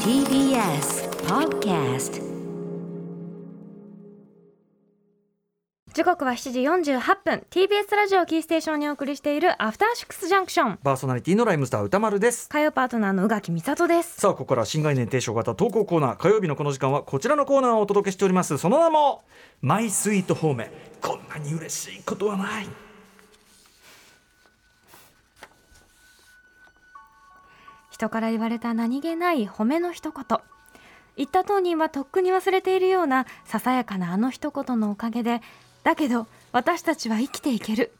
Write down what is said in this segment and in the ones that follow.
TBS Podcast 時刻は7時48分 TBS ラジオキーステーションにお送りしているアフターシックスジャンクションパーソナリティのライムスター歌丸です。火曜パートナーの宇垣美里ですさあ、ここから新概念提唱型投稿コーナー、火曜日のこの時間はこちらのコーナーをお届けしております。その名も、マイスイート方面。こんなに嬉しいことはない。人から言われた何気ない褒めの一言言った当人はとっくに忘れているようなささやかなあの一言のおかげでだけど私たちは生きていける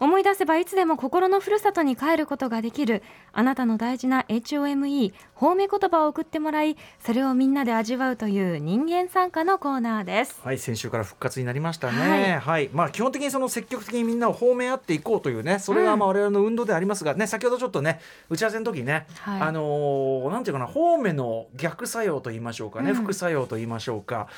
思い出せばいつでも心のふるさとに帰ることができるあなたの大事な HOME 褒め言葉を送ってもらいそれをみんなで味わうという人間参加のコーナーですはい、先週から復活になりましたね。ははいい、まあ、基本的にその積極的にみんなを褒め合っていこうというね、それがまあ我々の運動でありますがね、先ほどちょっとね、打ち合わせの時ね、はいあのーなんていうかな、褒めの逆作用と言いましょうかね、うん副作用と言いましょうか。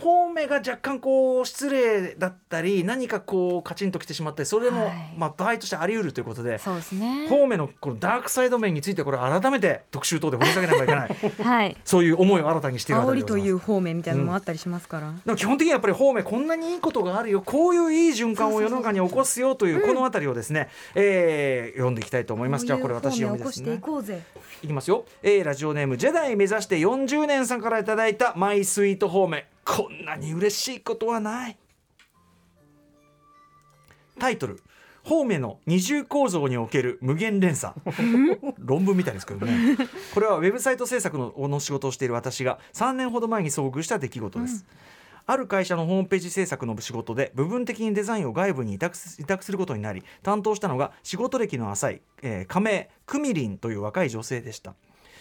褒めが若干こう失礼だったり、何かこうカチンときてしまったり、それも、はいまあ場合としてあり得るということで。そうですね褒めのこのダークサイド面についてこれ改めて特集等で掘り下げなきゃいけない はいそういう思いを新たにしているあた煽りりでとございますいう方面みたいなのもあったりしますから、でも基本的にはやっぱり方面こんなにいいことがあるよこういういい循環を世の中に起こすよというこのあたりをですね、えー読んでいきたいと思いますじゃあこれ私読みですねこうぜいきますよ、えーラジオネーム「ジェダイ目指して40年」さんからいただいたマイスイート方面こんなに嬉しいことはないタイトル「方面の二重構造における無限連鎖」論文みたいですけどねこれはウェブサイト制作のの仕事をしている私が3年ほど前に遭遇した出来事です、ある会社のホームページ制作の仕事で部分的にデザインを外部に委託す委託することになり担当したのが仕事歴の浅い、えー、仮名クミリンという若い女性でした。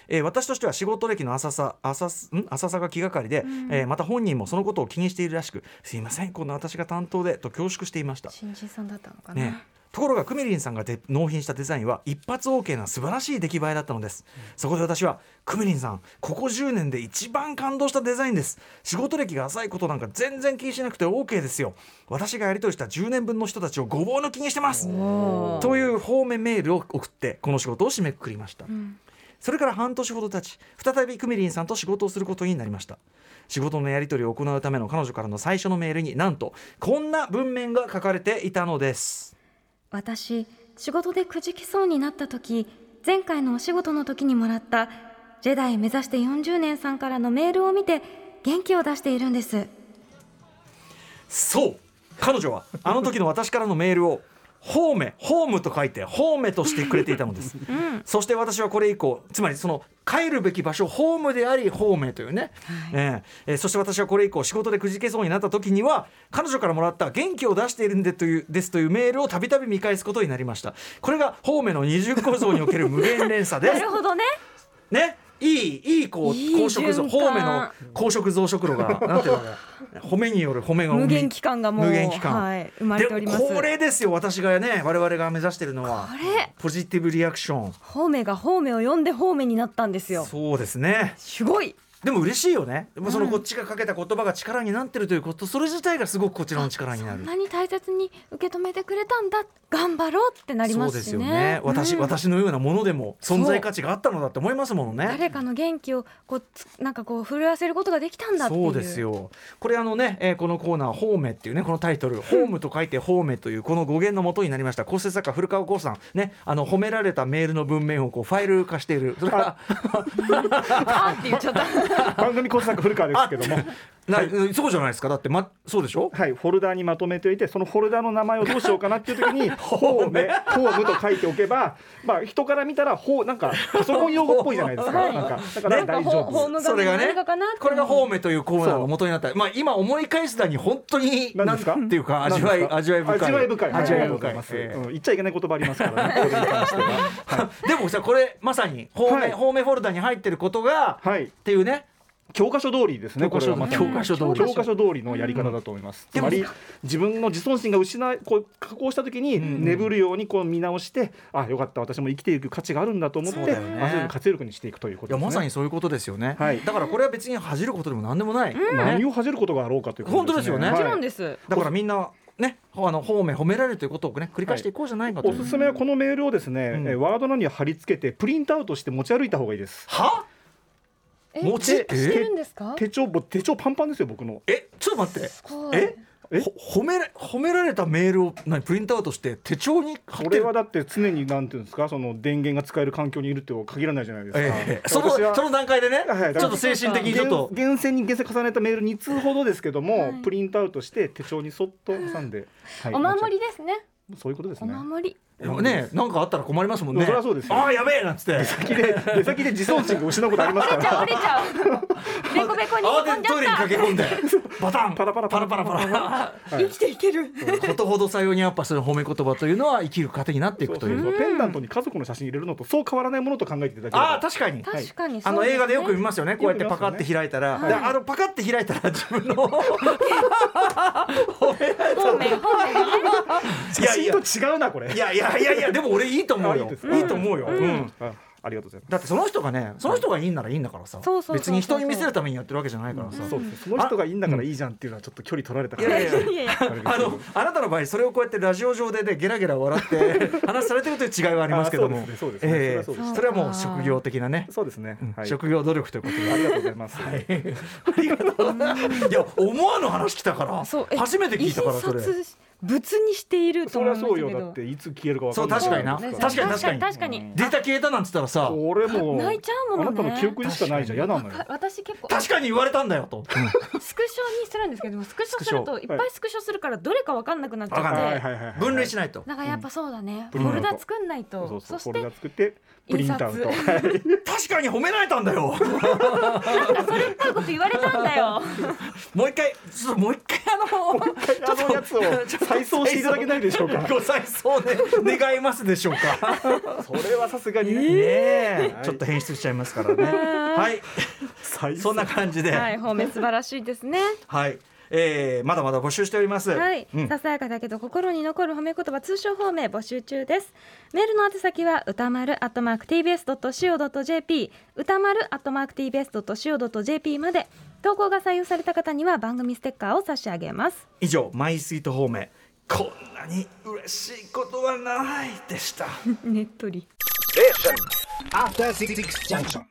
えー私としては仕事歴の浅さ浅すん浅さが気がかりで、えーまた本人もそのことを気にしているらしく「すいませんこんな私が担当で」と恐縮していました。新人さんだったのかな、ね、ところがクミリンさんがで納品したデザインは一発 OK な素晴らしい出来栄えだったのです、そこで私はクミリンさんここ10年で一番感動したデザインです仕事歴が浅いことなんか全然気にしなくて OK ですよ私がやり取りした10年分の人たちをごぼう抜きにしてますおーという方面メールを送ってこの仕事を締めくくりました、んそれから半年ほど経ち再びクミリンさんと仕事をすることになりました仕事のやり取りを行うための彼女からの最初のメールになんとこんな文面が書かれていたのです私仕事でくじきそうになった時前回のお仕事の時にもらったジェダイ目指して40年さんからのメールを見て元気を出しているんですそう彼女はあの時の私からのメールを「ホーメ」「ホーム」と書いて「ホーメ」としてくれていたのです、 そして私はこれ以降つまりその帰るべき場所ホームでありホーメというね、えええーそして私はこれ以降仕事でくじけそうになった時には彼女からもらった「元気を出しているんで」というですというメールをたびたび見返すことになりましたこれがホーメの二重構造における無限連鎖でなするほどねねいいいいこういい公職増循環方面の公職増殖路がなんていうのかな褒めによる褒めが生み無限期間がもう無限期間はい生まれておりますでもこれですよ私がね我々が目指してるのはあれポジティブリアクション方面が方面を読んで方面になったんですよそうですねすごいでも嬉しいよねでもそのこっちがかけた言葉が力になってるということそれ自体がすごくこちらの力になそるんなに大切に受け止めてくれたんだ頑張ろうってなりそまうですすしよねね私、うん私のようなものでも存在価値があったのだって思いますものね誰かの元気をこうつなんかこう震わせることができたんだっていうそうですよこれあのね、えーこのコーナー「ホーメ」っていうねこのタイトル「ホーム」と書いて「ホーメ」というこの語源のもとになりました構成作家古川光さんねあの褒められたメールの文面をこうファイル化しているそれからあーって言っちゃった番組構成作古川ですけども、なうんそうじゃないですかだって、ま、そうでしょはい、フォルダーにまとめておいてそのフォルダーの名前をどうしようかなっていう時に「ホーム」「ホーム」と書いておけば、まあ、人から見たら「ほう」なんかパソコン用語っぽいじゃないですか。はいなんかだからなん大か丈ホホー夫ム画そ面れがね何かかなってこれが「ホーメ」というコーナーの元になった、まあ、今思い返すだに本当に何ですかなんていうか味わい味わい深い味わい深い味わいありがとうご深ざいます、ええうん、言っちゃいけない言葉ありま すからねこれに関しては、はい、でもさこれまさに方面、はい方面フォルダに入ってることが、はっいていうね教科書通りですねこれはまた教科書通り教科書通りのやり方だと思います、うんつまりで自分の自尊心が失いこう加工した時にん眠るようにこう見直して、あよかった私も生きていく価値があるんだと思って、そうだよねあそういう活力にしていくというこいとやですねまさにそういうことですよね、はいだからこれは別に恥じることでも何でもない、何ねを恥じることがあろうかということ本当ですよねももちちろんすです、だからみんなねあの方面褒められるということをね繰り返していこうじゃないかとおいうすすめはこのメールをですね、んえーワードなどに貼り付けてプリントアウトして持ち歩いた方がいいですはえ持ち知ってるんですか手帳もう手帳パンパンですよ僕のえちょっと待ってすごいえほ褒めら褒められたメールを何プリントアウトして手帳に貼って俺るはだって常になんていうんですかその電源が使える環境にいるとは限らないじゃないですか、ええその私はその段階でね、はいちょっと精神的にちょっと厳厳選に厳選重ねたメール2通ほどですけども、はいプリントアウトして手帳にそっと挟んで、はいお守りですねそういうことですおね守りでもねなんかあったら困りますもんねそりゃそうですよああやべえなんつって出先で出先で自尊心が失うことありますか折れちゃうら折れちゃ うベコベコに慌飛てんじてゃトイレにっ駆け込んで バタンパラパラパラパラパラた生きていけることほどさようにやっぱそういう褒め言葉というのは生きる糧になっていそくうとそういそううペンダントに家族の写真入れるのとそう変わらないものと考えていただければああ確かにい確かにあそうのすね映画でよく見ますよねこうやってパカって開いたら、はいであのパカって開いたら自分の方面方面がねいやいや写真と違うなこれいやいやいやいやでも俺いいと思うあいよいですいいと思うよ、うんあありがとうございまだってその人がねその人がいいんならいいんだからそさ、うそうそうそう別に人に見せるためにやってるわけじゃないからさ、すそうですその人がいいんだからいいじゃんっていうのはちょっと距離取られたかいやらいやいやいやいやあれですけどあのあなたの場合それをこうやってラジオ上でねゲラゲラ笑って話されてるという違いはありますけどもあそうですねそうですええねそれはそうですそれはもう職業的なね、そうですねうんはい職業努力ということでありがとうございます ありがとういや思わぬ話来たからそうえ初めて聞いたからそれ印刷し物にしているとそ思いましりゃたそうけよだどっていつ消えるかわかんないそう確かになです確かに確かに確かにデータ消えたなんつったらさ俺もう 泣いちゃうもんねあなたの記憶にしかないじゃん嫌なのよわか私結構確かに言われたんだよと、スクショにするんですけどもスクショするといっぱいスクショするからどれかわかんなくなっちゃっわかんないはいてはいはいはい分類しないとだからやっぱそうだね、うんフォルダ作んないと、そうそうそフォしルダて作ってプリンタウンとはい確かに褒められたんだよなんかそれっぽいこと言われたんだ よもう一回ちょっともう一回あのあのやつを再送していただけないでしょうかご再送で願いますでしょう か それはさすがにねねえはいちょっと変質しちゃいますからねはい再送そんな感じでは、はいい方面素晴らしいですねえーまだまだ募集しておりますはい、うんささやかだけど心に残る褒め言葉通称褒め募集中ですメールの宛先は歌丸アットマーク tbs.co.jp 歌丸アットマーク tbs.co.jp まで投稿が採用された方には番組ステッカーを差し上げます以上マイスイート方面こんなに嬉しいことはないでしたねっとり After Six Junction.